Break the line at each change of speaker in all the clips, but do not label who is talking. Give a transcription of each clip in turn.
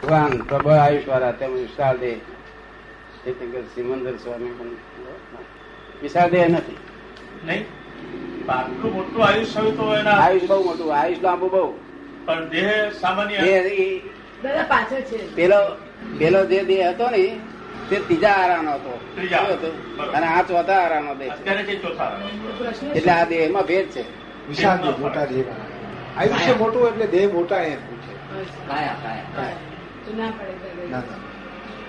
ભગવાન પ્રબળ આયુષવાળા તેમજ વિશાળદેહ ચૈતન્ય સિમંદર સ્વામી પણ વિશાળદેહ નથી
નહીં આટલું મોટું આયુષ્ય હોય તો એના
આયુષ બહુ મોટું આયુષ લાંબુ બહુ
પણ દેહ સામાન્ય
એ- એ-
દાદા પાછળ છે
પેલો પેલો જે દેહ હતો ને તે ત્રીજા આરાનો હતો
ત્રીજા.
શું હતું?
બરાબર.
અને આ ચોથા આરાનો દેહ છે.
અત્યારે જે ચોથા
પ્રશ્ન
એટલે આ દેહ માં ભેદ છે
વિશાળ દેહ, મોટા દેહ આયુષ્ય મોટું એટલે દેહ મોટા એમ પૂછે
તો ના પડે
ના
દાદા
ના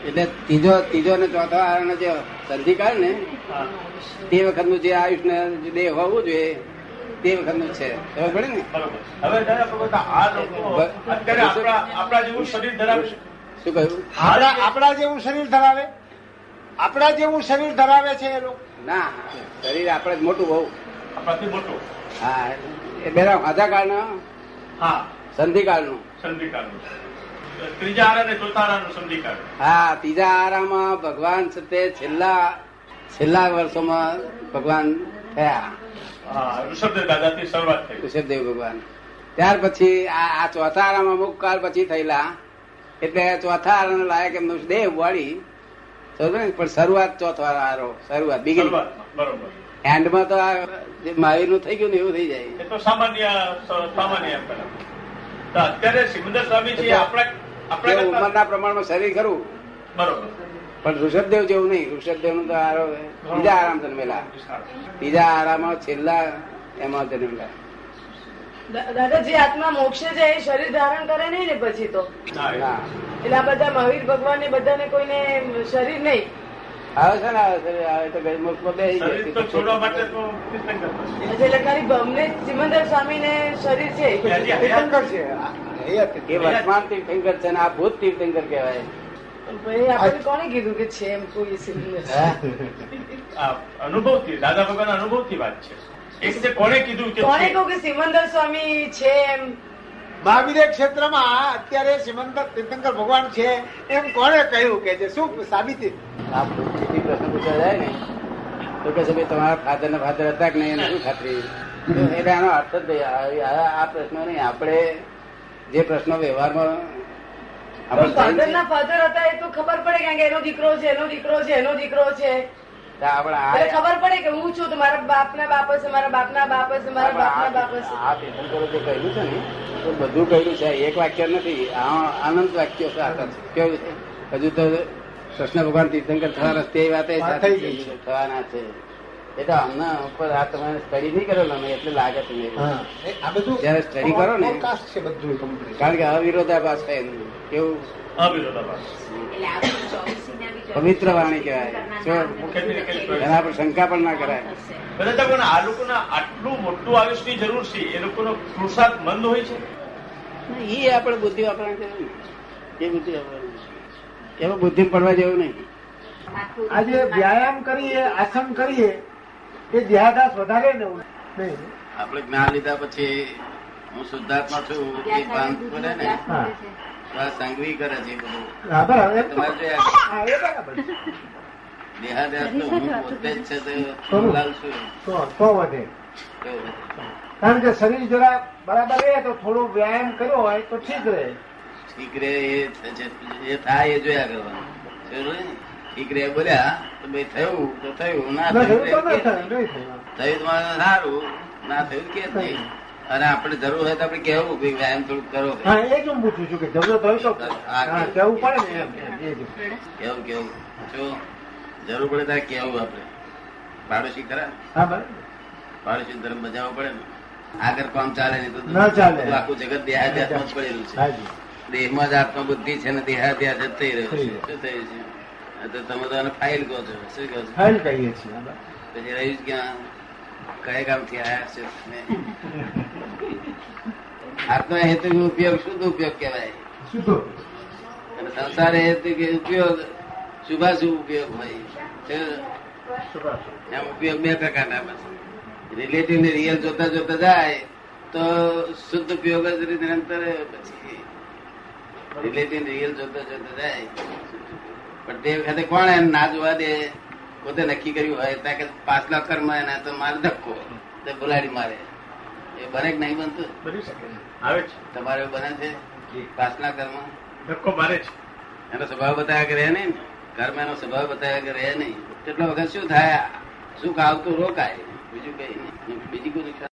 એટલે ત્રીજો ત્રીજો ને ચોથો આરાનો જે સંધિકાળ ને
હા.
તે વખત નું જે આયુષ ને દેહ હોવું જોઈએ તે વખત નું છે ખબર પડી ને
બરોબર હવે દાદા પ્રભુ આ લોકો અત્યારે આપણા આપણા જેવું શરીર ધરાવે છે
શું કહ્યું
આપણા આપણા જેવું શરીર ધરાવે આપણા જેવું શરીર ધરાવે છે એ લોકો
ના શરીર આપણે જ મોટું બહુ
આપણાથી મોટો
હા એ બેરા ખાધા કાળનો
હા
સંધિકાળનો
સંધિકાળનું ત્રીજા આરા અને ચોથા આરાનું સંધિકાળ
હા ત્રીજા આરામાં ભગવાન તે છેલ્લા છેલ્લા વર્ષોમાં ભગવાન થયા
હા ઋષભદેવ દાદાથી શરૂઆત થઈ
કુશળદેવ ભગવાન ત્યાર પછી આ આ ચોથા આરામાં અમુક કાળ પછી થયેલા એટલે ચોથા આરાને લાયક એમનો દેહ વાળી પણ શરૂઆત ચોથો આરો શરૂઆત બિગિન
શરૂઆતમાં બરોબર
એન્ડમાં તો આ જે મહાવીરનું થઈ ગયું ને એવું થઈ જાય
એ તો સામાન્ય સામાન્ય એમ પેલા. તો અત્યારે સિમંદર સ્વામીજી આપણા
જે
આપણા કરતા-
ઉંમરના પ્રમાણમાં શરીર ખરું
બરોબર
પણ ઋષભદેવ જેવું નહીં ઋષભદેવ નું તો આરો બીજા આરામ જન્મેલા બીજા આરામાં છેલ્લા એમાં જન્મેલા
દા- દાદા જે આત્મા મોક્ષે જાય એ શરીર ધારણ કરે નહીં ને પછી તો
ના, એ-
હા
એટલે આ બધા મહાવીર ભગવાન ને બધાને કોઈને શરીર નહીં
આવે છે ને આવે છે ને, આવે તો ગઈ મોક્ષમાં બેસી
શરીર તો છોડવા માટે તો કૃષ્ણ કરતા.
હજી એટલે ખાલી અમને સિમંદર સ્વામી ને શરીર છે
હજી હયાત-
તીર્થંકર છે આ હયાત
એ વર્તમાન તીર્થંકર છે ને આ ભૂત તીર્થંકર કહેવાય
ભાઈ આપણે કોને કીધું કે છે એમ કોઈ સિમંદર
હે?
આ અનુભવથી દાદા ભગવાન અનુભવથી વાત છે એક જે કોણે કીધું કે
કોને
છે?
કહું કે સિમંદર સ્વામી છે એમ
મહાવીર ક્ષેત્રમાં અત્યારે શ્રીમંત તીર્થંકર ભગવાન છે એમ કોણે કહ્યું કે છે શું સાબિતી
આ ભૂતથી પ્રશ્ન પૂછવા જાય ને તો કહે છે ભાઈ તમારા ફાધર ને ફાધર હતા કે નહીં એની શું ખાતરી તો એટલે આનો અર્થ જ નહીં. આ- આ આ પ્રશ્નો નહીં આપણે જે પ્રશ્નો વ્યવહારમાં આપણે
ફાધર
થાય
ના ફાધર હતા એ તો ખબર પડે કારણ કે એનો દીકરો છે એનો દીકરો છે એનો દીકરો છે
છે, તો આપણે
એટલે
આ
ખબર પડે કે હું છું તો મારા બાપના બાપ હશે મારા બાપના બાપ હશે મારા બાપના બાપ હશે
આ તીર્થંકરો જે કહ્યું છે ને તો બધું કહ્યું છે એક વાક્ય નથી આ આનંદ વાક્ય સાચા છે કેવું છે હજુ તો કૃષ્ણ ભગવાન તીર્થંકર થવાના છે, તે વાત એ
વાત
સાચી
થઈ ગઈ
છે,
છે.
થવાના છે એટલે આમના ઉપર આ તમે સ્ટડી નહીં કરો ને એટલે લાગે તમને એવું.
એ આ બધું
જ્યારે study કરો ને-
forecast છે બધું complete.
કારણ કે અવિરોધાભાસ થાય એમનું કેવું
અવિરોધાભાસ.
પવિત્ર વાણી કહેવાય જો એના પર શંકા પણ ના કરાય
બધા તો પણ આ લોકોના આટલું મોટું આયુષ્યની જરૂર છે એ લોકોનો પુરુષાર્થ મંદ હોય છે
એ આપણે બુદ્ધિ વાપરવાની જરૂર નહીં. એ બુદ્ધિ વાપરવાની એમાં બુદ્ધિ પડવા જેવું નહીં
આજે વ્યાયામ કરીએ આસન કરીએ એ દેહાદાસ વધારે ને એવું. નહીં
આપણે જ્ઞાન લીધા પછી હું શુદ્ધાત્મા છું એ ભાન પડે ને
હા.
તો આ સંઘવી કરે છે બધું
હા, બરાબર. એમ તો-
તમારે જો આ
હા, એ બરાબર છે.
દેહાદ્યાસ તો હું પોતે જ છે તો હું લાલ છું
તો તો વધે
તો
કારણ કે શરીર જરા બરાબર રહે તો થોડો વ્યાયામ કર્યો હોય તો ઠીક રહે
ઠીક રે એ થ- જે- જે થાય એ જોયા કરવાનું સમજ્યો ને? ઠીક રે બોલ્યા તો ભાઈ થયું તો થયું ના
ના થયું તો
થયું
ના
કે
થાય
નહીં.
નહીં થાય.
થયું તો મારે સારું ના થયું કે નહીં અને આપણે જરૂર હોય તો આપણે કહેવું કે વ્યાયામ થોડુંક કરો
હા એ જ હું પૂછું છું કે જરૂરત હોય તો હા કહેવું પડે ને એમ એમ, એ જ.
કેવું કેવું જો જરૂર પડે ત્યારે કેવું આપણે પાડોશી ખરા
હા બરાબર
પાડોશી ધર્મ બજાવવો પડે ને આગળ કામ ચાલે નહીં તો
ના ચાલે.
તો આખું જગત દેહાધ્યાત્મ જ પડેલું છે
હાજી
દેહમાં જ આત્મબુદ્ધિ છે ને દેહાધ્યાસ જ થઈ રહ્યો છે
થઈ રહ્યો.
શું થયું છે આ તો તમે તો આને ફાઇલ કહો છો શું કહો છો
ફાઇલ કહીએ છીએ હા, બરાબર.
પછી રહ્યું જ ક્યાં કયા ગામથી આયા છો તમે? આત્મ હેતુ ઉપયોગ શુદ્ધ ઉપયોગ કહેવાય
સીધો.
અને સંસાર હેતુ કે ઉપયોગ શુભાશુભ ઉપયોગ હોય શું? એમ ઉપયોગ બે પ્રકારના બસ રિલેટિવ ને રિયલ જોતા જોતા જાય તો શુદ્ધ ઉપયોગ જ રીતે નિરંતર પછી રિલેટિવ રિયલ જોતા જોતા જાય પણ તે વખતે કોણ એમ ના જોવા દે પોતે નક્કી કર્યું હોય ત્યાં કે પાછલા કર્મ એના તો મારે ધક્કો તે બોલાડી મારે એ બને કે નહીં બનતું
બની શકે આવે છે
તમારે એવું બને છે પાછલા કર્મ
ધક્કો મારે છે
એનો સ્વભાવ બતાવ્યા કરે નહીં ને કર્મ એનો સ્વભાવ બતાવ્યા કરે નહીં કેટલા વખત શું થાય સુખ આવતું રોકાય બીજું કઈ નહીં બીજી કોઈ નુકસાન